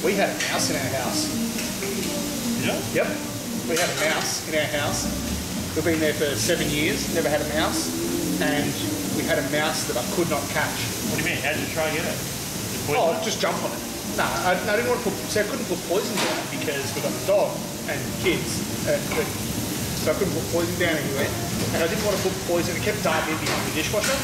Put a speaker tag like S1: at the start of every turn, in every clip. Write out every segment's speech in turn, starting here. S1: We had a mouse in our house.
S2: Yeah?
S1: Yep. We had a mouse in our house. We've been there for seven years, never had a mouse. And we had a mouse that I could not catch.
S2: What do you mean? How did you try and get it? Did you
S1: Oh,
S2: poison it?
S1: just jump on it. No, I, I didn't want to put, so I couldn't put poison down because we got a dog and kids. And, and, so I couldn't put poison down anywhere. And I didn't want to put poison, it kept diving behind the dishwasher.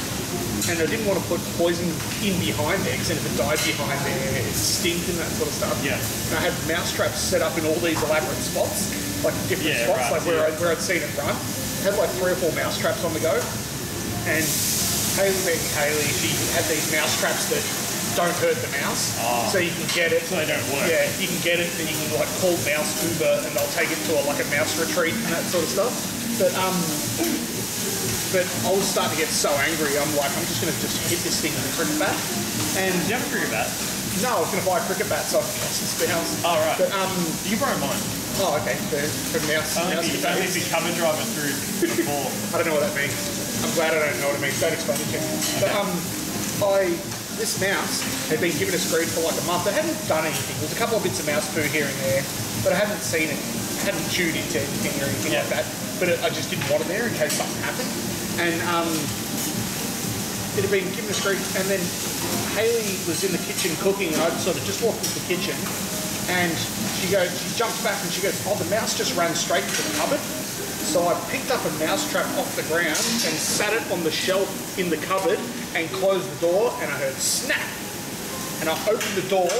S1: And I didn't want to put poison in behind there because then if it died behind there, it stinked and that sort of stuff.
S2: Yeah.
S1: And I had mouse traps set up in all these elaborate spots, like different
S2: Yeah,
S1: spots,
S2: right,
S1: like where,
S2: yeah.
S1: I, where I'd seen it run. had like three or four mouse traps on the go. And Haley being Haley, she had these mouse traps that don't hurt the mouse.
S2: Ah.
S1: So you can get it.
S2: So they don't work.
S1: Yeah, you can get it, and you can like call mouse Uber, and they'll take it to a, like a mouse retreat and that sort of stuff. But um, but I was starting to get so angry. I'm like, I'm just gonna just hit this thing with a cricket bat. And
S2: Did you have a cricket bat?
S1: no, I was gonna buy a cricket bat so I could catch this mouse.
S2: Oh, right.
S1: But um,
S2: You can borrow mine.
S1: oh okay, the, the mouse.
S2: Only
S1: mouse
S2: if you,
S1: debate.
S2: only if you cover drive it through before.
S1: I don't know what that means. I'm glad I don't know what it means. Don't explain it to me. But um, I this mouse had been given a screed for like a month. I hadn't done anything. There was a couple of bits of mouse poo here and there, but I hadn't seen it. I hadn't chewed into anything or anything like
S2: Yeah.
S1: that. But it, I just didn't want it there in case something happened. And um, it had been given a screed, and then Haley was in the kitchen cooking, and I'd sort of just walked into the kitchen, and she goes, she jumps back and she goes, oh, the mouse just ran straight to the cupboard. So I picked up a mouse trap off the ground and sat it on the shelf in the cupboard and closed the door, and I heard snap. And I opened the door,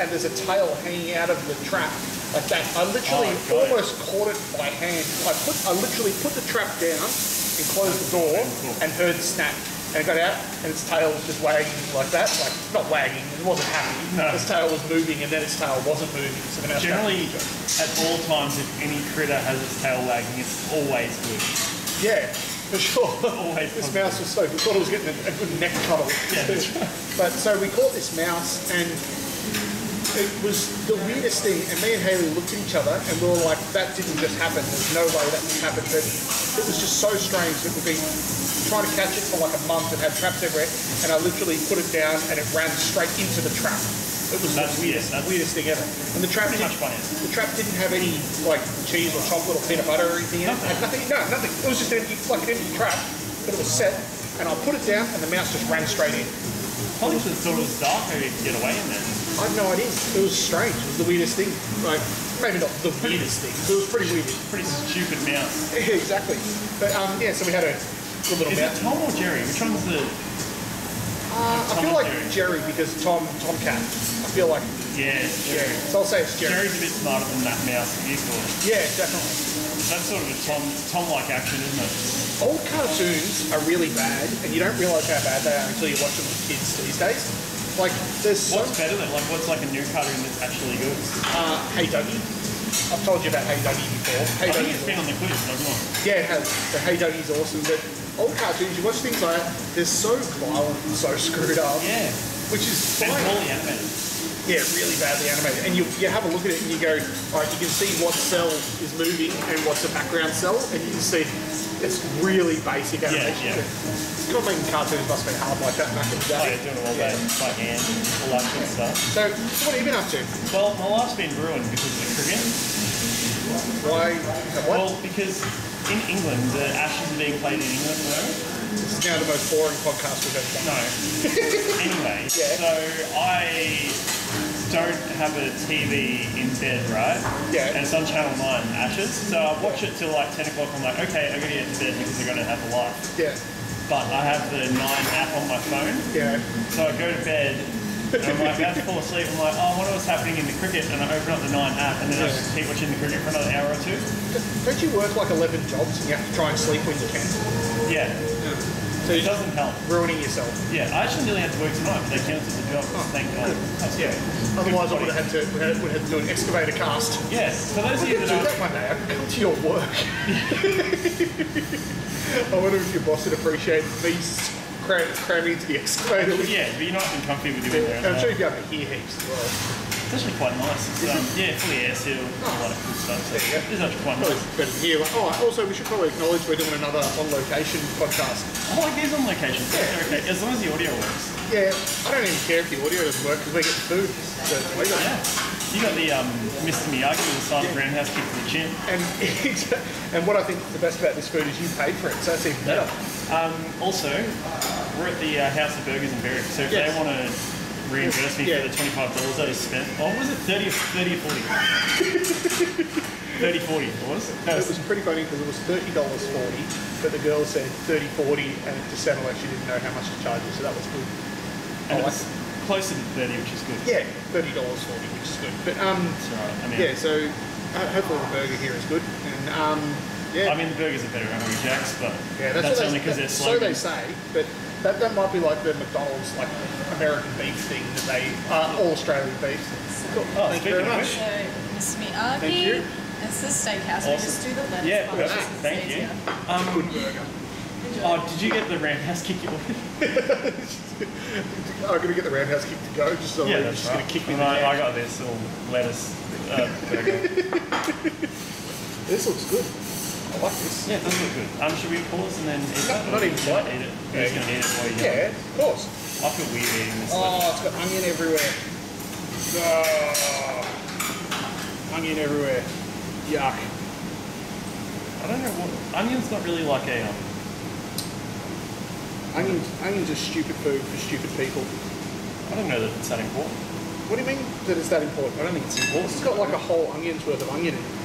S1: and there's a tail hanging out of the trap like that. I literally
S2: Oh, God.
S1: almost caught it by hand. I put, I literally put the trap down and closed the door and heard snap. And it got out, and its tail was just wagging like that, like not wagging. It wasn't happy.
S2: No.
S1: Its tail was moving, and then its tail wasn't moving. So then I was
S2: Generally,
S1: like,
S2: at all times, if any critter has its tail wagging, it's always good.
S1: yeah, for sure.
S2: Always
S1: this
S2: fun.
S1: mouse was so good. Thought it was getting a, a good neck cuddle.
S2: Yeah, that's
S1: But so we caught this mouse, and it was the weirdest thing. And me and Haley looked at each other, and we were like, "That didn't just happen. There's no way that just happened." But it was just so strange that we've been trying to catch it for like a month and had traps everywhere, and I literally put it down, and it ran straight into the trap. It was
S2: That's
S1: the
S2: weird.
S1: weirdest,
S2: That's-
S1: weirdest thing ever. And the trap
S2: Pretty
S1: did-
S2: much funny.
S1: the trap didn't have any like cheese or chocolate or peanut butter or anything in it. It had nothing. No, nothing. It was just an empty, like an empty trap, but it was set. And I put it down, and the mouse just ran straight in.
S2: Probably should have thought it was dark, maybe you could get away in there.
S1: I have no idea. It was strange. It was the weirdest thing. Like maybe not the weirdest thing. But it was pretty weird.
S2: Pretty stupid mouse.
S1: exactly. But um, yeah. So we had a good little
S2: Is it
S1: mouse. Uh,
S2: Tom or Jerry? Which one's the...
S1: I
S2: Tom
S1: feel
S2: or
S1: like
S2: Jerry?
S1: Jerry because Tom Tomcat. I feel like
S2: Yeah, it's Jerry.
S1: Jerry. So I'll say it's Jerry.
S2: Jerry's a bit smarter than that mouse that you caught.
S1: Yeah, definitely.
S2: That's sort of a Tom, Tom-like action, isn't it?
S1: old cartoons are really bad, and you don't realise how bad they are until you watch them with kids these days. Like, there's so
S2: What's better than, like, what's like a new cartoon that's actually good?
S1: uh, Hey Dougie. I've told you about Hey Dougie before. Hey
S2: I think
S1: Dougie.
S2: it's been on the quiz, doesn't it?
S1: Yeah, it has. The Hey Dougie's awesome, but old cartoons, you watch things like that, they're so violent and so screwed up,
S2: Yeah.
S1: which is
S2: It's
S1: fine.
S2: poorly animated.
S1: Yeah, really badly animated. And you, you have a look at it and you go, all right, you can see what cell is moving and what's a background cell, and you can see it's really basic animation.
S2: yeah.
S1: God, making cartoons must be hard like that back in the day.
S2: Oh, yeah, doing it all day by hand and all that sort of stuff.
S1: So, what have you been up to?
S2: Well, my life's been ruined because of the cricket.
S1: Why? What?
S2: Well, because in England, the Ashes are being played in England at the moment.
S1: this is now the most boring podcast we've ever done.
S2: No. anyway,
S1: Yeah.
S2: so I don't have a TV in bed, right?
S1: Yeah.
S2: And it's on Channel 9, Ashes. So I watch it till like 10 o'clock. I'm like, okay, I'm going to get to bed because i got to have a life.
S1: Yeah,
S2: But I have the 9 app on my phone.
S1: yeah.
S2: So I go to bed. And I'm like, about to fall asleep. I'm like, oh, I wonder what's happening in the cricket. And I open up the 9 app and then
S1: Yeah.
S2: I just keep watching the cricket for another hour or two.
S1: Don't you work like 11 jobs and you have to try and sleep when you can?
S2: Yeah.
S1: So
S2: It
S1: you're
S2: doesn't help.
S1: ruining yourself.
S2: Yeah, I actually nearly had to work tonight, but they cancelled the job. Thank God. That's
S1: Yeah.
S2: good.
S1: Otherwise, I
S2: Good
S1: would have had to would have, would have to do an excavator cast.
S2: body. Yes. For those
S1: I
S2: of
S1: could
S2: you
S1: do
S2: that are
S1: that one day. I could come to your work. I wonder if your boss would appreciate me s- cram, cramming into the excavator with you.
S2: Yeah, but you're not been comfy with your
S1: And I'm
S2: weather.
S1: sure you'd be able to hear heaps as well.
S2: It's actually quite nice. It's, um, yeah, fully air sealed, a lot of cool stuff. So
S1: There you go.
S2: it's actually quite
S1: Probably
S2: nice.
S1: better than here. Oh, also, we should probably acknowledge we're doing another on location podcast.
S2: I like these on location. so they're okay, as long as the audio works.
S1: Yeah, I don't even care if the audio doesn't work because we get the food. So, we don't-
S2: Yeah. You got the um, Mr. Miyagi with a silent roundhouse kick to the chin.
S1: And it's, and what I think is the best about this food is you paid for it, so it's even better.
S2: Also, we're at the uh, House of Burgers in Berwick, so if
S1: Yes.
S2: they want to reimburse me
S1: Yeah.
S2: for the twenty-five dollars I spent, or was it thirty or thirty or forty? Thirty forty it was. No,
S1: It was pretty funny because it was thirty dollars forty, but the girl said thirty forty, and it just sounded like she didn't know how much to charge you, so that was good.
S2: and
S1: I
S2: it
S1: like
S2: was closer to thirty, which is good.
S1: Yeah, thirty dollars forty, which is good. But um,
S2: It's alright. I mean,
S1: yeah, so ho- hopefully the burger here is good, and um, yeah,
S2: I mean the burgers are better at Hungry Jack's, but
S1: yeah,
S2: that's,
S1: that's, what
S2: only
S1: they,
S2: because they're
S1: that- so they
S2: slogan.
S1: say. But that, that might be like the McDonald's like American beef thing that they uh, all Australian beef. Cool. Thank
S2: Oh,
S1: you
S2: speaking
S1: very
S2: of
S1: much.
S2: which,
S3: So, Mr. Miyagi.
S1: Thank you.
S3: It's the steakhouse. We just
S2: Awesome.
S3: do the lettuce.
S2: Yeah,
S3: part.
S2: perfect.
S3: It's
S2: Thank you.
S3: easier.
S1: Good burger.
S2: Oh, did you get the roundhouse kick you ordered?
S1: I'm gonna get the roundhouse kick to go. Just so
S2: Yeah,
S1: I'm Oh,
S2: that's
S1: just
S2: right.
S1: gonna kick me in
S2: and
S1: the
S2: I, I
S1: neck.
S2: got this all lettuce uh, burger.
S1: This looks good. I like this.
S2: yeah, it does look good. Um, should we pause and then eat
S1: No,
S2: that?
S1: not even
S2: Should I
S1: quite.
S2: Eat it.
S1: Yeah.
S2: You're just gonna eat it while you
S1: Yeah, of course.
S2: I feel weird eating this. lettuce.
S1: Oh, it's got onion everywhere. Oh, onion everywhere. Yuck.
S2: I don't know what onion's not really like a um,
S1: Onions, onions are stupid food for stupid people.
S2: I don't know that it's that important.
S1: What do you mean that it's that important? I don't think it's important. It's got like a whole onion's worth of onion in it.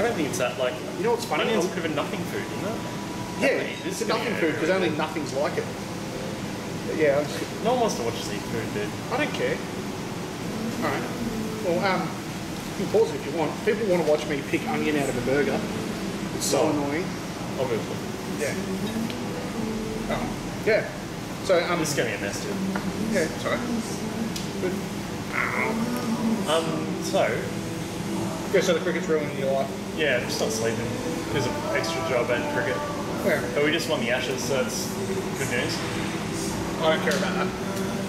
S2: I don't think it's that like
S1: You know what's funny?
S2: onions
S1: I'll-
S2: could have been nothing food, isn't it?
S1: Yeah,
S2: mate, this
S1: it's a
S2: is
S1: nothing
S2: gonna go
S1: food because only nothing's like it. But yeah, I'm just,
S2: No one wants to watch us eat food, dude.
S1: I don't care. All right. Well, um, you can pause it if you want. People want to watch me pick onion out of a burger. It's so
S2: Well.
S1: annoying.
S2: Obviously.
S1: Yeah. Oh, yeah. So um,
S2: This is gonna be a mess, dude.
S1: yeah, sorry. But,
S2: Um, so
S1: yeah, so the cricket's ruining your life.
S2: yeah, I'm just not sleeping. There's an extra job and cricket.
S1: Yeah,
S2: But we just won the Ashes, so it's good news.
S1: I don't care about that.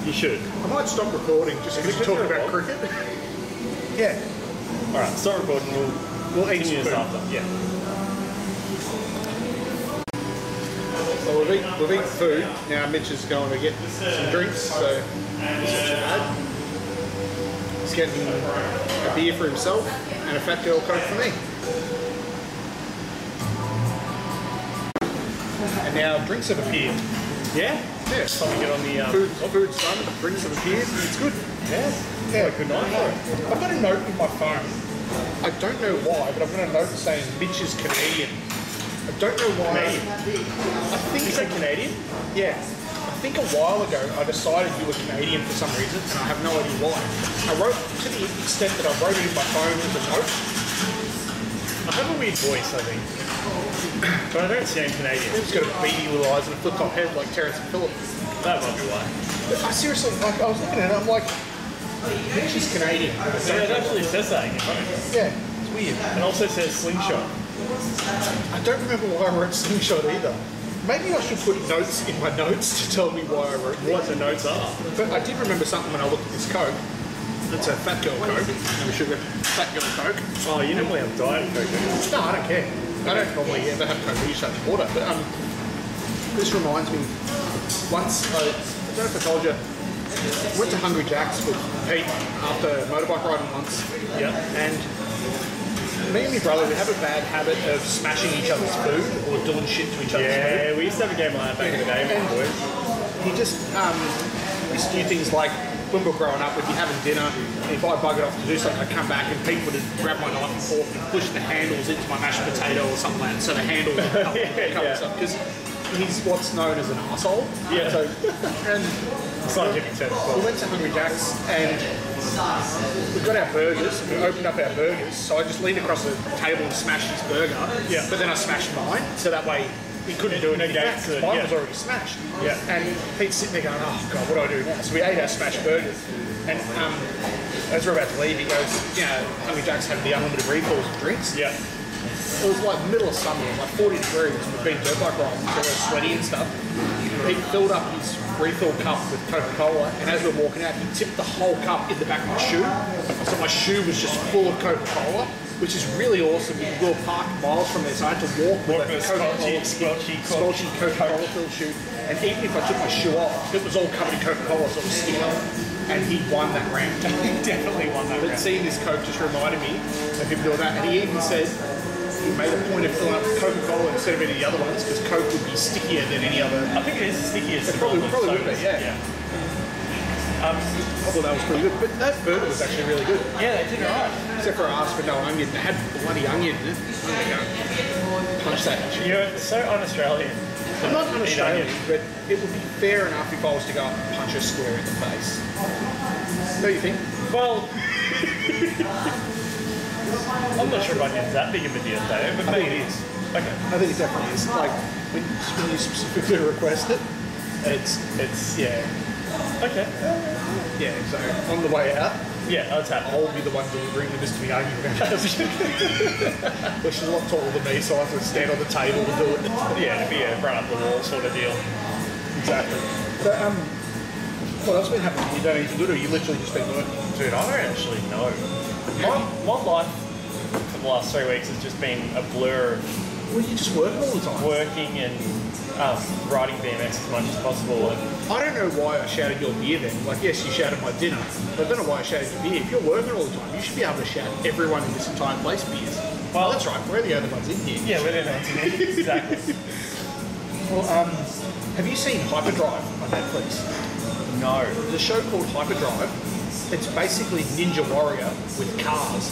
S2: You should.
S1: I might stop recording just
S2: Can we
S1: because you
S2: go
S1: talk
S2: for a
S1: about
S2: walk?
S1: cricket. yeah.
S2: All right, start recording. We'll
S1: We'll eat
S2: continue
S1: some
S2: this
S1: food.
S2: after. Yeah.
S1: So we've eaten, we've eaten food. Now Mitch is going to get some drinks, so this is bad. He's getting a beer for himself and a fat girl coke for me. And now drinks have appeared.
S2: Yeah.
S1: Yes.
S2: Time to get on the um,
S1: Food, food's done, drinks have appeared, and it's good.
S2: Yeah.
S1: Yeah, good night. I've got a note in my phone. I don't know why, but I've got a note saying Mitch is Canadian. I don't know why.
S2: Canadian?
S1: I think
S2: You said Canadian?
S1: Yeah. I think a while ago I decided you were Canadian for some reason, and I have no idea why. I wrote to the extent that I wrote it in my phone as a note.
S2: I have a weird voice, I think. But I don't sound Canadian.
S1: It's got a beady little eyes and a flip top head like Terrence and Phillip.
S2: That might be why.
S1: But I seriously, like, I was looking at it, I'm like, Mitch is Canadian.
S2: Yeah, it actually says that in your phone.
S1: Yeah, it's weird.
S2: It also says slingshot.
S1: I don't remember why I wrote Slingshot either. Maybe I should put notes in my notes to tell me why I wrote
S2: What the notes are.
S1: But I did remember something when I looked at this Coke. It's a fat girl Coke. No sugar. Fat girl Coke.
S2: Oh, you normally have diet coke. don't
S1: No, I don't care. I don't normally ever have Coke. I usually have water. But um, this reminds me. Once I, I don't know if I told you. I went to Hungry Jack's with Pete after motorbike riding once,
S2: you? Yeah.
S1: and me and my brother we have a bad habit of smashing each other's food or doing shit to each other's food.
S2: Yeah, we used to have a game like that back in the day, my boys.
S1: He just um, used to do things like when we were growing up, we'd be having dinner, and if I buggered off to do something, I'd come back and Pete would just grab my knife and fork and push the handles into my mashed potato or something like that, so the handles would cover,
S2: Yeah,
S1: cover
S2: yeah.
S1: stuff. Because he's what's known as an asshole.
S2: Yeah.
S1: So, and
S2: Scientific term.
S1: we went to Hungry Jack's and we got our burgers and we opened up our burgers. So I just leaned across the table and smashed his burger.
S2: Yeah.
S1: But then I smashed mine, so that way he couldn't
S2: It
S1: do anything back
S2: negates
S1: because
S2: it,
S1: mine
S2: yeah.
S1: was already smashed.
S2: Yeah.
S1: And Pete's sitting there going, "Oh God, what do I do now?" So we ate our smashed burgers, and um, as we're about to leave, he goes, "You know, Hungry Jack's have the unlimited refills of drinks."
S2: Yeah.
S1: It was like middle of summer, like 40 degrees. We've been dirt bike riding, so we're sweaty and stuff. He filled up his refill cup with Coca Cola, and as we're walking out, he tipped the whole cup in the back of my shoe. So my shoe was just full of Coca Cola, which is really awesome because we were parked miles from there, so I had to walk
S2: What
S1: with a
S2: was
S1: Coca
S2: squelchy,
S1: Cola
S2: squelchy, squelchy.
S1: squelchy Coca Cola filled shoe. And even if I took my shoe off, it was all covered in Coca Cola, so it was sticking up. and he won that round.
S2: Definitely won that
S1: But
S2: round.
S1: seeing this Coke just reminded me of him doing that. And he even said he made a point of filling up Coca Cola instead of any of the other ones because Coke would be stickier than any other.
S2: I think it is the stickiest.
S1: It
S2: of
S1: probably-
S2: all the
S1: probably would
S2: sodas,
S1: be, yeah.
S2: Um,
S1: I thought that was pretty good. But that burger was actually really good.
S2: yeah, they did alright.
S1: Except for I asked for no onion. They had bloody onion in it. I'm gonna go Punch that. shit.
S2: You're so un-Australian.
S1: I'm not an
S2: Eat
S1: Australian,
S2: onion.
S1: but it would be fair enough if I was to go up and punch her square in the face. Don't you think?
S2: Well, I'm not sure if onion's that big of a deal though, but maybe it is. Okay,
S1: I think it definitely is. Like, when when you specifically request it, it's, it's, yeah.
S2: okay.
S1: Yeah, so on the way out,
S2: Yeah, I'll tap.
S1: I'll be the one delivering the mystery argument. well, she's a lot taller than me, so I have to stand on the table to do it.
S2: Yeah, it'd be a run up the wall sort of deal.
S1: Exactly. But, um, what else been happening? You don't need to do it, or you literally just been working.
S2: Dude, I don't actually know. My, my life for the last three weeks has just been a blur of
S1: Well, you just work all the time.
S2: working and um, riding BMX as much as possible. And
S1: I don't know why I shouted your beer then. Like, yes, you shouted my dinner, but I don't know why I shouted your beer. If you're working all the time, you should be able to shout everyone in this entire place beers. Well,
S2: Well-
S1: that's right. We're the only ones in here.
S2: yeah, we're there now. Exactly.
S1: Well, um, have you seen Hyperdrive on Netflix?
S2: No.
S1: There's a show called Hyperdrive. It's basically Ninja Warrior with cars.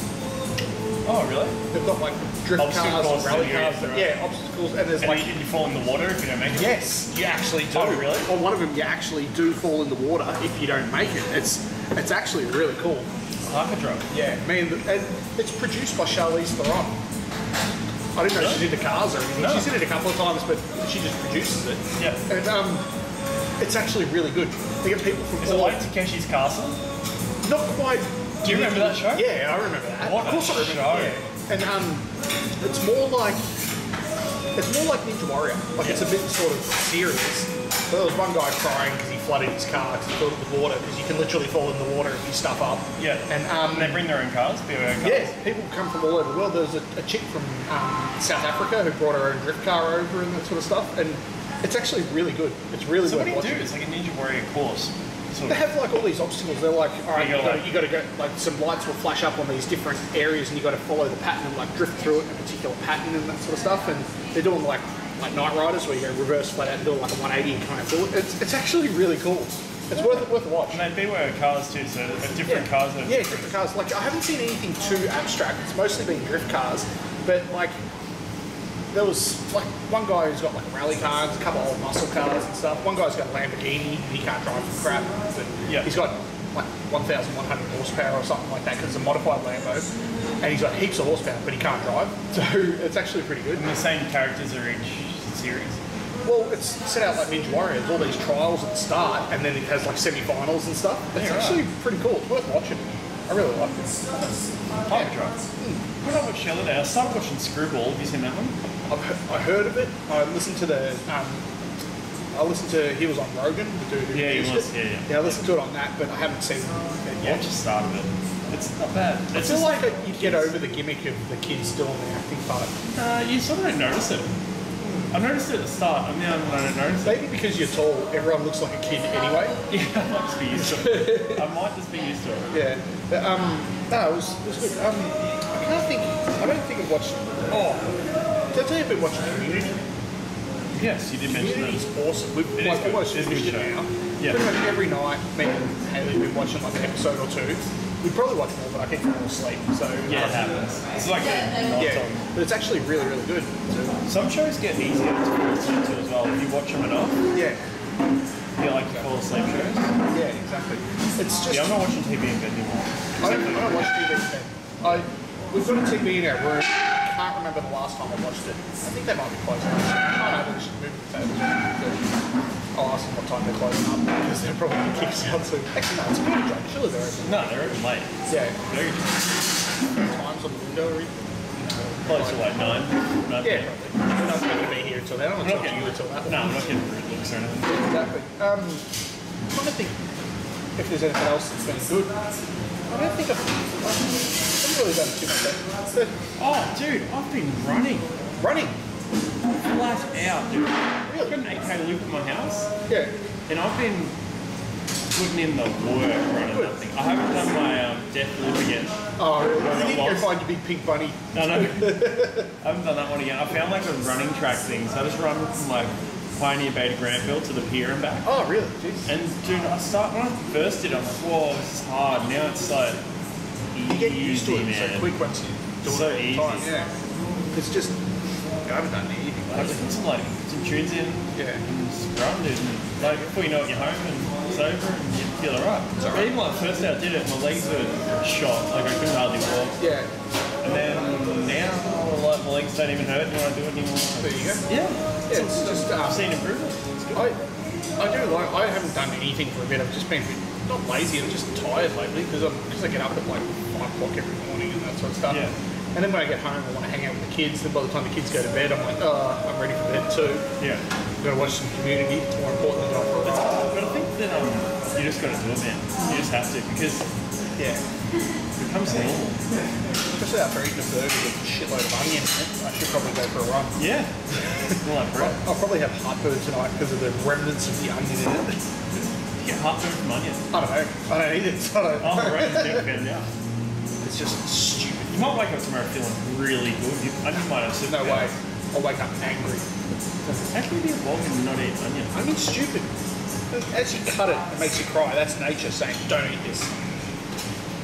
S2: Oh, really?
S1: They've got like drift
S2: Obstacle
S1: cars and
S2: courses,
S1: rally
S2: yeah,
S1: cars. And,
S2: right.
S1: yeah, obstacles, and there's
S2: And
S1: like
S2: like, you, you fall in the water if you don't make it.
S1: Yes, you actually do.
S2: Oh, really?
S1: On one of them, you actually do fall in the water if you don't make it. It's it's actually really cool.
S2: Hyperdrive.
S1: Yeah, I mean, and it's produced by Charlize Theron. I didn't know she's into cars or anything.
S2: No.
S1: She's in it a couple of times, but she just produces it.
S2: Yeah.
S1: And um, it's actually really good. They get people from
S2: Is it
S1: all
S2: like Takeshi's Castle?
S1: not quite.
S2: Do you remember that show?
S1: Yeah, I remember that.
S2: What
S1: of course,
S2: a
S1: I remember.
S2: show.
S1: Yeah. And um, it's more like it's more like Ninja Warrior. Like it's a bit sort of serious. But there was one guy crying because he flooded his car because he filled it with water because you can literally fall in the water if you stuff up.
S2: Yeah.
S1: And um,
S2: And they bring their own cars, be their own cars.
S1: yeah, people come from all over the world. There's a, a chick from um, South Africa who brought her own drift car over and that sort of stuff. And it's actually really good. It's really
S2: So
S1: worth
S2: what do you do?
S1: watching.
S2: It's like a Ninja Warrior course. Sort
S1: They
S2: of.
S1: have like all these obstacles. They're like, all right,
S2: You
S1: you
S2: gotta,
S1: gotta, you gotta go. Like some lights will flash up on these different areas, and you gotta follow the pattern and like drift through it in a particular pattern and that sort of stuff. And they're doing like like night riders where you go reverse flat out and do like a 180 and kind of do it. It's, it's actually really cool. It's worth worth a watch.
S2: And they beware cars too, so there's different cars. That
S1: Yeah, different cars. Like I haven't seen anything too abstract. It's mostly been drift cars, but like there was like one guy who's got like rally cars, a couple old muscle cars and stuff. One guy's got a Lamborghini and he can't drive for crap, but
S2: Yeah.
S1: he's got like 1,100 horsepower or something like that because it's a modified Lambo, and he's got heaps of horsepower, but he can't drive. So it's actually pretty good.
S2: And the same characters are each series.
S1: Well, it's set out like Ninja Warrior. There's all these trials at the start, and then it has like semi-finals and stuff. It's
S2: Yeah, right.
S1: actually pretty cool. It's worth watching. I really like it.
S2: Hyperdrive.
S1: Hmm.
S2: When I watched the other day, I started watching Screwball. Have you seen that one?
S1: I've, he- I heard of it. I listened to the. Um, I listened to. He was on Rogan, the dude who
S2: Yeah, he
S1: produced
S2: was,
S1: It.
S2: yeah, yeah.
S1: I listened to it on that, but I haven't seen it
S2: Yeah, I
S1: yet.
S2: just started it. It's not bad. It's
S1: I feel
S2: just,
S1: like that you'd get over the gimmick of the kids still in the acting part.
S2: uh, you sort of don't notice it.
S1: Hmm.
S2: I noticed it at the start, and now I don't notice it.
S1: Maybe because you're tall, everyone looks like a kid anyway.
S2: Yeah, I might just be used to it. I might just be used to it.
S1: Yeah. But, um, no, it was, it was good. Um, I can't think. I don't think I've watched. Oh, did I tell you I've been watching Community?
S2: Yes, you did mention
S1: Community
S2: that.
S1: is awesome. We've
S2: It is
S1: like,
S2: good.
S1: almost
S2: It is a
S1: finished
S2: good
S1: it
S2: show.
S1: now.
S2: Yeah.
S1: Pretty much every night, me and Haley have been watching like an episode or two. We probably watch more, but I keep falling asleep. So
S2: Yeah, it
S1: uh,
S2: happens. It's like a
S1: yeah.
S2: marathon.
S1: But it's actually really, really good. So,
S2: Some shows get easier to fall asleep to as well. If you watch them enough,
S1: yeah,
S2: you like to fall asleep shows.
S1: yeah, exactly. It's just
S2: Yeah, I'm not watching TV in bed anymore.
S1: I don't, I don't watch TV today. I we've got a TV in our room. I can't remember the last time I watched it. I think they might be closing. up. I don't know. They should move the table. But I'll ask them what time they're closing up because they're probably gonna kick us out soon. Actually, no, it's a good job. Surely they're open.
S2: No, they're open late.
S1: Yeah,
S2: They're usually
S1: times on the window or anything.
S2: close to like nine. nine
S1: Yeah, probably. We're not going to be here until then. I'm not
S2: We're not
S1: talking to you until that.
S2: getting, no, we're not getting rude looks or anything.
S1: Exactly. Um, I'm trying to think if there's anything else that's been good. I don't think I've, I've really done too much. But
S2: Oh, dude, I've been running
S1: running,
S2: flat out, dude. I've got
S1: really?
S2: an 8k loop at my house,
S1: Yeah.
S2: and I've been putting in the work running that thing. I haven't done my um, Death Loop yet.
S1: Oh, you didn't go
S2: lost.
S1: find your big pink bunny.
S2: No, no. I haven't done that one again. I found like a running track thing, so I just run from like Pioneer Bay to Grantville to the pier and back.
S1: Oh, really? Jeez.
S2: And dude, I start when I first did, it, I'm like, whoa, this is hard. Now it's like easy,
S1: You get used to it
S2: man.
S1: so quick once you do
S2: So
S1: it all the time.
S2: easy.
S1: Yeah. It's just, I haven't done anything
S2: I
S1: like
S2: just put some like some tunes in, and
S1: that. Yeah.
S2: just run, dude. And, like before you know it, you're home and it's over and you feel alright. But even like first day I did it, my legs were shot. Like I couldn't hardly walk.
S1: Yeah.
S2: And then now, like my legs don't even hurt when I do it anymore.
S1: There you go.
S2: Yeah,
S1: Yeah, it's just, uh,
S2: I've seen improvement. It's good.
S1: I, I do like. I haven't done anything for a bit. I've just been a bit- not lazy. I'm just tired lately because I'm because I get up at like five o'clock every morning and that sort of stuff.
S2: Yeah.
S1: And then when I get home, I want to hang out with the kids. Then by the time the kids go to bed, I'm like, oh, I'm ready for bed too.
S2: Yeah.
S1: I'm gonna watch some Community. It's more important than I
S2: That's
S1: thought.
S2: cool. But I think that um, you just got to do it, man. You just have to because it
S1: Yeah.
S2: becomes normal.
S1: Especially after eating a burger with a shitload of onion in it, I should probably go for a run.
S2: Yeah. Well, like bread.
S1: I'll probably have heartburn tonight because of the remnants of the onion in it.
S2: You get heartburn from onion.
S1: I don't know. I don't eat it. So I don't
S2: Oh,
S1: know.
S2: right. You never found out.
S1: It's just stupid.
S2: You might wake up tomorrow feeling really good. You, onion might have
S1: No way. I'll wake up angry.
S2: How can you be a bulk and not eat onion?
S1: I mean, stupid. As you cut it, it makes you cry. That's nature saying, don't eat this.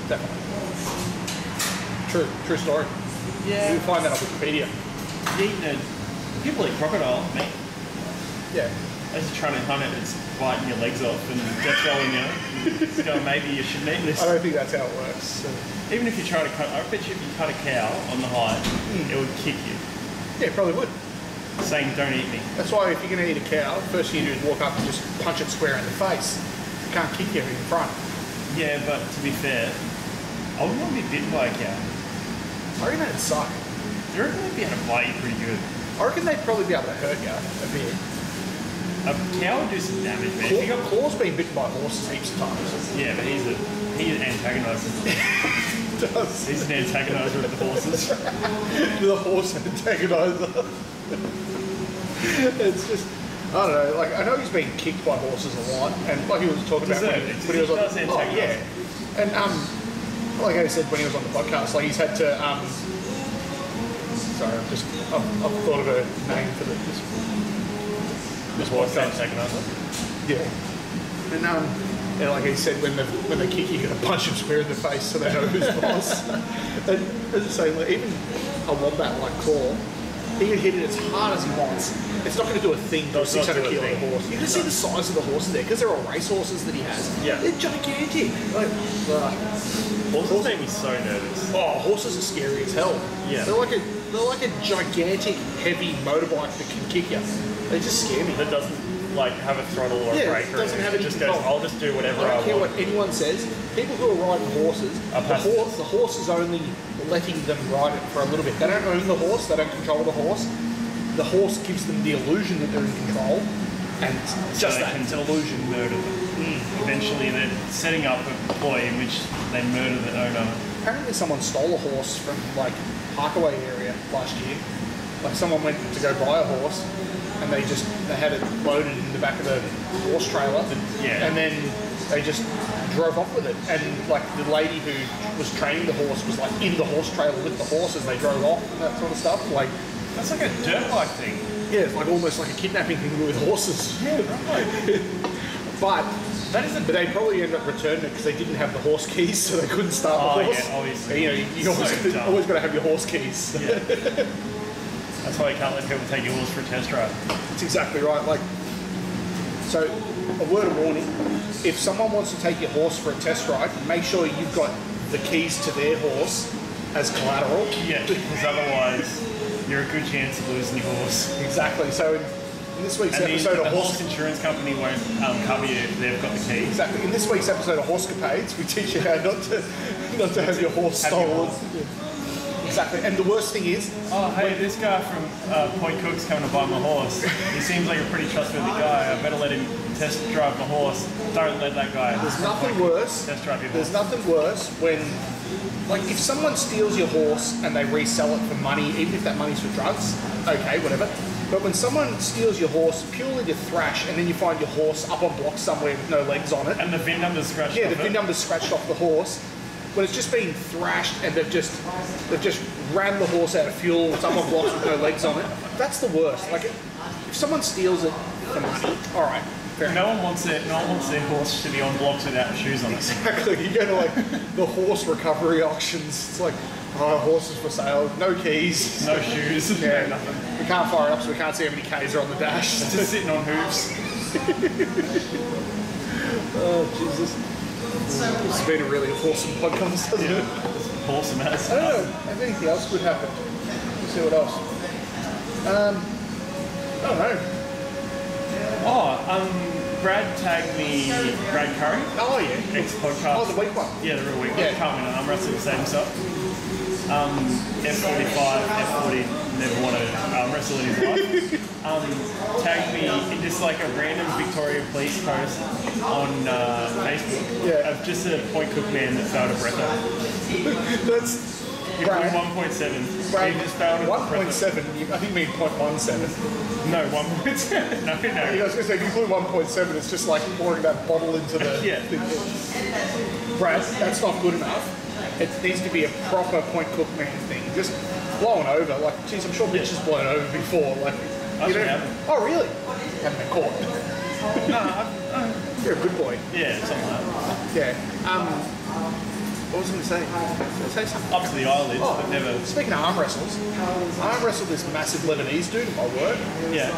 S1: Definitely. True, true story.
S2: Yeah.
S1: You'll find that on Wikipedia.
S2: Eating a, people eat crocodile meat.
S1: Yeah.
S2: As you're trying to hunt it, it's biting your legs off and that's going out. It's going, maybe you shouldn't eat this.
S1: I don't think that's how it works. so-
S2: Even if you try to cut, I bet you if you cut a cow on the hide, it would kick you,
S1: Yeah, it probably would.
S2: saying, don't eat me.
S1: That's why if you're going to eat a cow, first thing you do is walk up and just punch it square in the face. It can't kick you in the front.
S2: Yeah, but to be fair, I wouldn't want to be bitten by a cow.
S1: I reckon that'd suck.
S2: They're going to be able to bite you pretty good.
S1: I reckon they'd probably be able to hurt you a bit.
S2: A cow would do some damage, man.
S1: Claw, Claw's been bitten by horses heaps of times.
S2: Yeah, but he's a he antagonizes.
S1: It does.
S2: He's an antagonizer of the horses.
S1: the horse antagonizer. it's just, I don't know. Like I know he's been kicked by horses a lot, and like he was talking about, when,
S2: Deserved.
S1: when he was
S2: He
S1: on,
S2: does
S1: oh,
S2: antagonise.
S1: yeah, and um, like I said when he was on the podcast, like he's had to um. Sorry, I've just I've, I've thought of a name for the, this
S2: This horse antagonizer.
S1: yeah. And um, yeah, like I said, when they when they kick you, you gotta punch them square in the face so they know who's boss. and as I say, like, even a wombat like Claw, he can hit it as hard as he wants. It's not gonna do a thing to a
S2: Does not do a
S1: 600 kilo
S2: thing.
S1: horse. You can see the size of the horses there because they're all race horses that he has.
S2: Yeah.
S1: they're gigantic. Like, uh,
S2: Horses make me so nervous.
S1: oh, horses are scary as hell.
S2: Yeah.
S1: they're like a they're like a gigantic heavy motorbike that can kick you. They just scare me.
S2: That doesn't like have a throttle or
S1: Yeah,
S2: a brake or
S1: doesn't
S2: anything.
S1: have
S2: It
S1: any
S2: just goes.
S1: control.
S2: I'll just do whatever
S1: I
S2: I,
S1: don't care
S2: want.
S1: what anyone says. People who are riding horses,
S2: Are
S1: the
S2: passive.
S1: horse, the horse is only letting them ride it for a little bit. They don't own the horse. They don't control the horse. The horse gives them the illusion that they're in control, and it's just
S2: So they
S1: that.
S2: can illusion murder them. Hmm. Eventually, they're setting up a ploy in which they murder the owner.
S1: Apparently, someone stole a horse from like Parkaway area last year. Like someone went to go buy a horse, and they just they had it loaded in the back of the horse trailer,
S2: Yeah.
S1: and then they just drove off with it. And like the lady who was training the horse was like in the horse trailer with the horse as they drove off and that sort of stuff. Like
S2: That's like a dirt bike thing.
S1: yeah, it's like almost like a kidnapping thing with horses.
S2: Yeah, right.
S1: But
S2: That is a
S1: but they probably ended up returning it because they didn't have the horse keys, so they couldn't start
S2: Oh,
S1: the
S2: yeah,
S1: horse.
S2: obviously.
S1: You know, you, you
S2: So
S1: always,
S2: dumb.
S1: always got to have your horse keys.
S2: Yeah. That's why you can't let people take yours for a test drive.
S1: That's exactly right. Like, so a word of warning: if someone wants to take your horse for a test ride, make sure you've got the keys to their horse as collateral.
S2: Yeah, because otherwise you're a good chance of losing your horse.
S1: Exactly. So in, in this week's
S2: And the,
S1: episode
S2: the
S1: of horse.
S2: horse insurance company won't um, cover you if they've got the keys.
S1: Exactly. In this week's episode of Horse Capades, we teach you how not to not to have your horse
S2: Have your
S1: stolen.
S2: horse.
S1: Yeah. Exactly. And the worst thing is,
S2: Oh, hey, this guy from uh, Point Cook's coming to buy my horse. He seems like a pretty trustworthy guy. I better let him test drive my horse. Don't let that guy
S1: there's nothing worse.
S2: test drive your
S1: There's
S2: horse.
S1: nothing worse when, like, if someone steals your horse and they resell it for money, even if that money's for drugs, okay, whatever. But when someone steals your horse purely to thrash, and then you find your horse up on blocks somewhere with no legs on it,
S2: And the VIN number's scratched
S1: yeah,
S2: off
S1: the
S2: it.
S1: VIN number's scratched off the horse. When it's just been thrashed and they've just they've just ran the horse out of fuel, it's up on blocks with no legs on it. That's the worst. Like, if someone steals it for money, all right, fair enough.
S2: No one wants it. No one wants their horse to be on blocks without shoes on it.
S1: Exactly. You go to like the horse recovery auctions. It's like, oh, horses for sale, no keys.
S2: No shoes.
S1: Yeah,
S2: No nothing.
S1: nothing. We can't fire it up, so we can't see how many K's are on the dash.
S2: Just sitting on hooves.
S1: Oh Jesus! It's been a really wholesome podcast, hasn't it?
S2: Horse mess.
S1: I don't know if anything else could happen. Let's see what else. Um, I don't know.
S2: Oh, um, Brad tagged me. Brad Curry,
S1: How are you?
S2: ex podcast.
S1: Oh, the weak one.
S2: Yeah, the real weak.
S1: Yeah.
S2: Yeah. Can't win an arm wrestle to save himself. Um, F45, F40, never want to um, wrestle in his life. um, tagged me in just like a random Victoria Police post on uh, Facebook
S1: Yeah.
S2: of just a Point Cook man that failed a breather.
S1: That's
S2: He blew
S1: Brad.
S2: 1.7.
S1: Brad,
S2: He just failed a breather.
S1: 1.7. you- I think you mean 0.17.
S2: No, 1.7. No, no.
S1: You guys going to say if you blew 1.7, it's just like pouring that bottle into the.
S2: Yeah.
S1: the- Brad, that's not good enough. It needs to be a proper point cook man thing. Just blown over. Like, geez, I'm sure Mitch has blown over before. Like,
S2: That's
S1: you know.
S2: what happened.
S1: Oh, really? Haven't been caught.
S2: No, uh, I,
S1: You're a good boy.
S2: yeah, something like that.
S1: Yeah. Um, what was I going to say? I was gonna say something.
S2: Up to the eyelids,
S1: Oh.
S2: but never.
S1: Speaking of arm wrestles, I arm wrestled this massive Lebanese dude at my work,
S2: Yeah.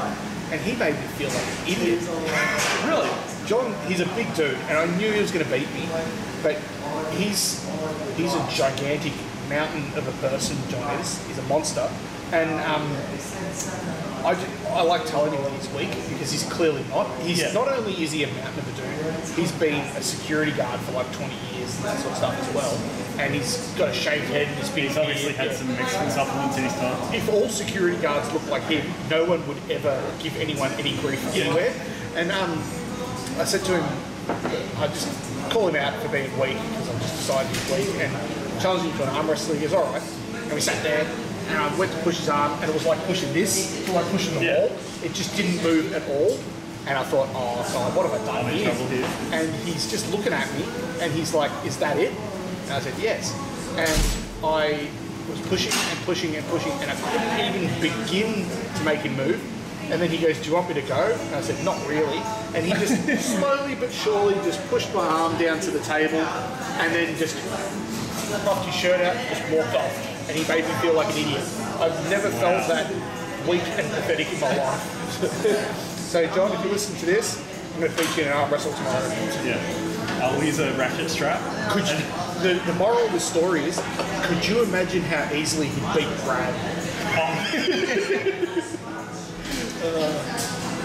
S1: and he made me feel like an idiot.
S2: Really?
S1: John, he's a big dude, and I knew he was going to beat me, but he's he's a gigantic mountain of a person. John is. He's a monster, and um, I, ju- I like telling him that he's weak because he's clearly not. He's
S2: Yeah.
S1: not only is he a mountain of a dude, he's been a security guard for like 20 years and that sort of stuff as well, and he's got a shaved head and he's big.
S2: He's obviously
S1: beard.
S2: had
S1: Yeah.
S2: some Mexican supplements in his time.
S1: If all security guards looked like him, no one would ever give anyone any grief anywhere. And um, I said to him, I just call him out for being weak because I just decided he's weak and challenged him to an arm wrestle. He goes, all right. And we sat there and I went to push his arm and it was like pushing this to like pushing the
S2: Yeah.
S1: wall. It just didn't move at all. And I thought, oh God, what have I done
S2: I'm in
S1: here?
S2: trouble here.
S1: And he's just looking at me and he's like, is that it? And I said, yes. And I was pushing and pushing and pushing and I couldn't even begin to make him move. And then he goes, do you want me to go? And I said, not really. And he just slowly but surely just pushed my arm down to the table and then just popped his shirt out and just walked off. And he made me feel like an idiot. I've never felt that weak and pathetic in my life. so, John, if you listen to this, I'm going to beat you in an arm wrestle tomorrow.
S2: Yeah. I'll use a ratchet strap.
S1: Could you, the, the moral of the story is, could you imagine how easily he beat Brad?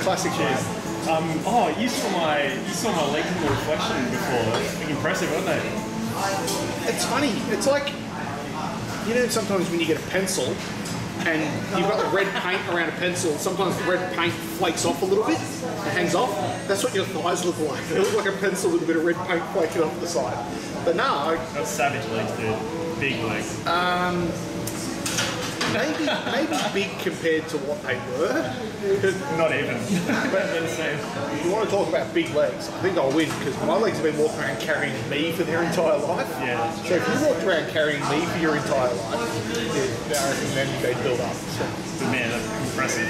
S1: Classic
S2: Cheers.
S1: Brad.
S2: Um, oh, you saw my you saw my legs in the reflection before. That's impressive, wasn't it?
S1: It's funny. It's like, you know, sometimes when you get a pencil and you've got the red paint around a pencil, sometimes the red paint flakes off a little bit, it hangs off. That's what your thighs look like. They look like a pencil with a bit of red paint flaking off the side. But no,
S2: That's savage legs, dude. Big legs.
S1: maybe maybe big compared to what they were.
S2: Not even. But
S1: If you want to talk about big legs, I think I'll win because my legs have been walking around carrying me for their entire life.
S2: Yeah, that's
S1: So if you walked around carrying me for your entire life, yeah, I reckon then they build up. So.
S2: man, that's impressive.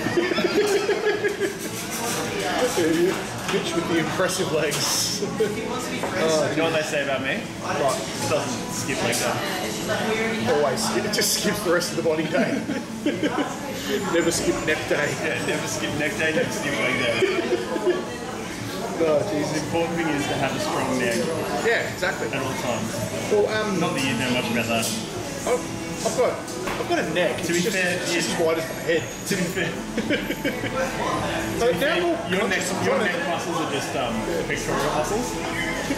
S1: Bitch with the impressive legs.
S2: You know what they say about me?
S1: Right,
S2: It doesn't skip like that.
S1: always. It just skips the rest of the body day. Never skip neck day.
S2: Yeah, never skip next day, never skip like that.
S1: Oh,
S2: The
S1: Jesus.
S2: important thing is to have a strong neck
S1: Yeah, exactly.
S2: at all times.
S1: Well, um,
S2: Not that you know much about that.
S1: I've, I've got, I've got a neck. It's
S2: To be
S1: just,
S2: fair,
S1: it's
S2: yeah.
S1: just wide as my head.
S2: To be fair,
S1: So now I'm all
S2: your neck,
S1: conscious of
S2: your
S1: trying to-
S2: neck muscles are just um, pictorial muscles.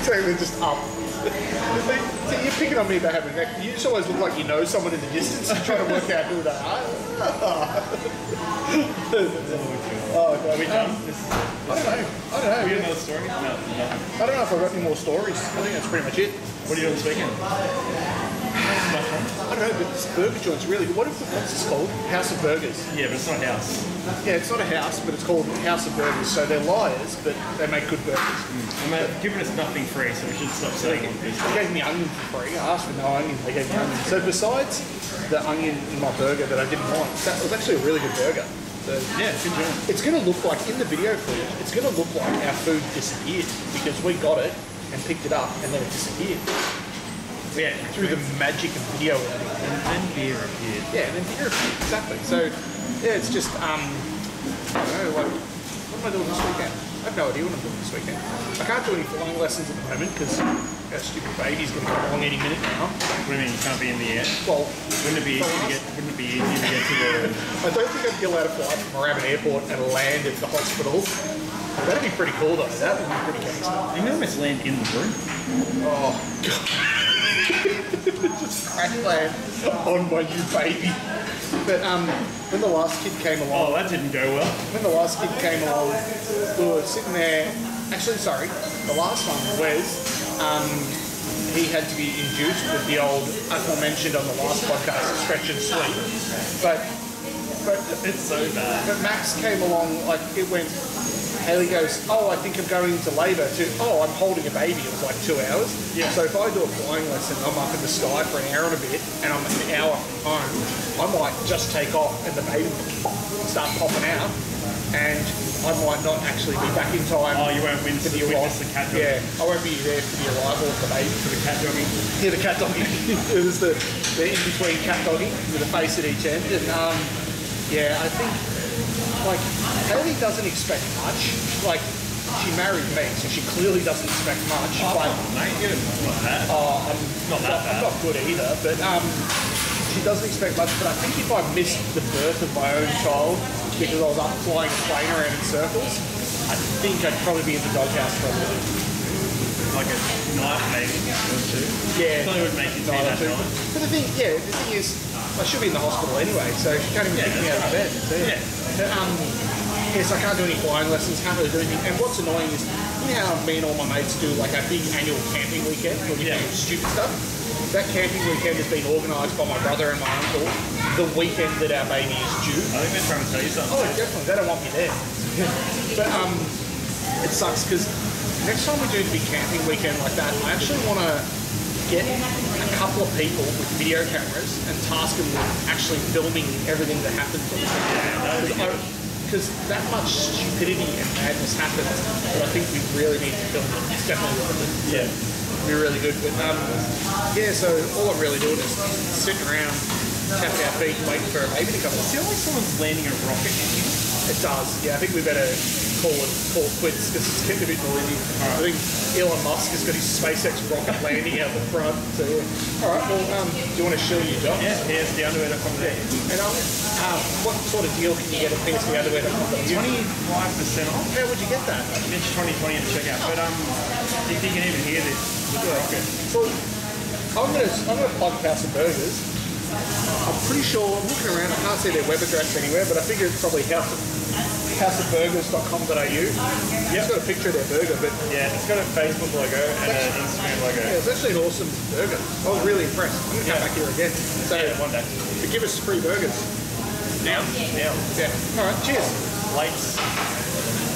S1: So they're just up. See, you're picking on me about having a neck. You just always look like you know someone in the distance and trying to work out who they are. oh, God.
S2: Are we done? This is,
S1: I don't know. I don't know.
S2: we have another story? No, no.
S1: I don't know if I've got any more stories. I think that's pretty much it.
S2: What are you doing this weekend?
S1: I don't know, but this burger joint's really good. What if, what's this called? House of Burgers.
S2: Yeah, but it's not house.
S1: Yeah, it's not a house, but it's called House of Burgers. So they're liars, but they make good burgers.
S2: I mean, they've given us nothing free, so we should stop saying all this.
S1: They gave me onion for free. I asked for no onion. They gave me onion. So besides the onion in my burger that I didn't want, that was actually a really good burger. So
S2: Yeah, good job.
S1: it's going to look like in the video footage, it's going to look like our food disappeared because we got it and picked it up and then it disappeared
S2: Yeah,
S1: through the magic of video editing.
S2: and then beer appeared.
S1: Yeah, and then Europe, exactly. So, yeah, it's just, um, I don't know, like, what am I doing this weekend? I have no idea what I'm doing this weekend. I can't do any flying lessons at the moment because our stupid baby's going to come along any minute now.
S2: What do you mean you can't be in the air?
S1: Well,
S2: Wouldn't it be easy to get? Wouldn't it be easy to get to the?
S1: I don't think I'd be allowed to fly from Moorabbin Airport and land at the hospital. That'd be pretty cool though. That would be pretty gangster.
S2: You can almost land in the room.
S1: Oh, God. just crash land on my new baby. But um, when the last kid came along,
S2: Oh, that didn't go well.
S1: When the last kid came along, we were sitting there. Actually, sorry, the last one, Wes, um, he had to be induced with the old aforementioned on the last podcast, stretch and sleep. But but
S2: It's so bad.
S1: but Max came along like it went. Haley goes, oh, I think I'm going into labour. To oh, I'm holding a baby. It was like two hours.
S2: Yeah.
S1: So if I do a flying lesson, I'm up in the sky for an hour and a bit, and I'm an hour from home. I might just take off, and the baby will start popping out, and I might not actually be back in time.
S2: Oh, you won't win
S1: for the
S2: the
S1: arrival.
S2: witness the cat dog.
S1: Yeah, I won't be there for the arrival of the baby.
S2: The cat dogging.
S1: Yeah, the cat doggy. it was the, the in between cat doggy with a face at each end. And um, yeah, I think like Haley doesn't expect much. Like she married me, so she clearly doesn't expect much. but
S2: Mate, you're not that. Oh, I'm not that
S1: I'm
S2: bad.
S1: not good either. But um, she doesn't expect much. But I think if I missed the birth of my own child because I was up flying a plane around in circles, I think I'd probably be in the doghouse for a little.
S2: Like a knife, maybe. Or two.
S1: Yeah.
S2: Something would make you
S1: No,
S2: see
S1: I
S2: that
S1: don't
S2: knife.
S1: think- But the thing, yeah, the thing is, I should be in the hospital anyway, so she can't even
S2: Yeah,
S1: get me out
S2: that's
S1: of bed. So, yeah.
S2: Yeah.
S1: But, um, yes, I can't do any flying lessons, can't really do anything. And what's annoying is, you know how me and all my mates do like our big annual camping weekend where we
S2: Yeah.
S1: do stupid stuff? That camping weekend has been organised by my brother and my uncle the weekend that our baby is due.
S2: I think they're trying to tell you
S1: Oh,
S2: something.
S1: definitely. They don't want me there. but um, it sucks because next time we do the big camping weekend like that, I actually want to get a couple of people with video cameras and task them with actually filming everything that happens. Because that much stupidity and madness happens, but I think we really need to film it. It's definitely worth it
S2: Yeah.
S1: be really good. But um, yeah, so all I'm really doing is sitting around, tapping our feet, waiting for a baby to come. along.
S2: Feel like someone's landing a rocket in you.
S1: It does. Yeah, I think we better call it call it quits because it's getting a bit noisy. I think Elon Musk has got his SpaceX rocket landing out the front. So yeah. All right. Well, um, do you want to show your job?
S2: Yeah, here's the underwear that comes in.
S1: And um, um, what sort of deal can you get at PSP Underwear? How
S2: 25% off.
S1: would you get that?
S2: It's 2020 at checkout. But um, if you can even hear this with the rocket.
S1: So I'm gonna I'm gonna plug House of Burgers. I'm pretty sure I'm looking around. I can't see their web address anywhere, but I figure it's probably house of, houseofburgers.com.au. Yeah, it's got a picture of their burger, but
S2: Yeah, it's got a Facebook logo and an Instagram logo.
S1: yeah, it's actually an awesome burger. I was really impressed. I'm gonna come back here again. So
S2: Yeah, one day.
S1: but give us free burgers.
S2: Now, now,
S1: Yeah. All right. Cheers.
S2: lights.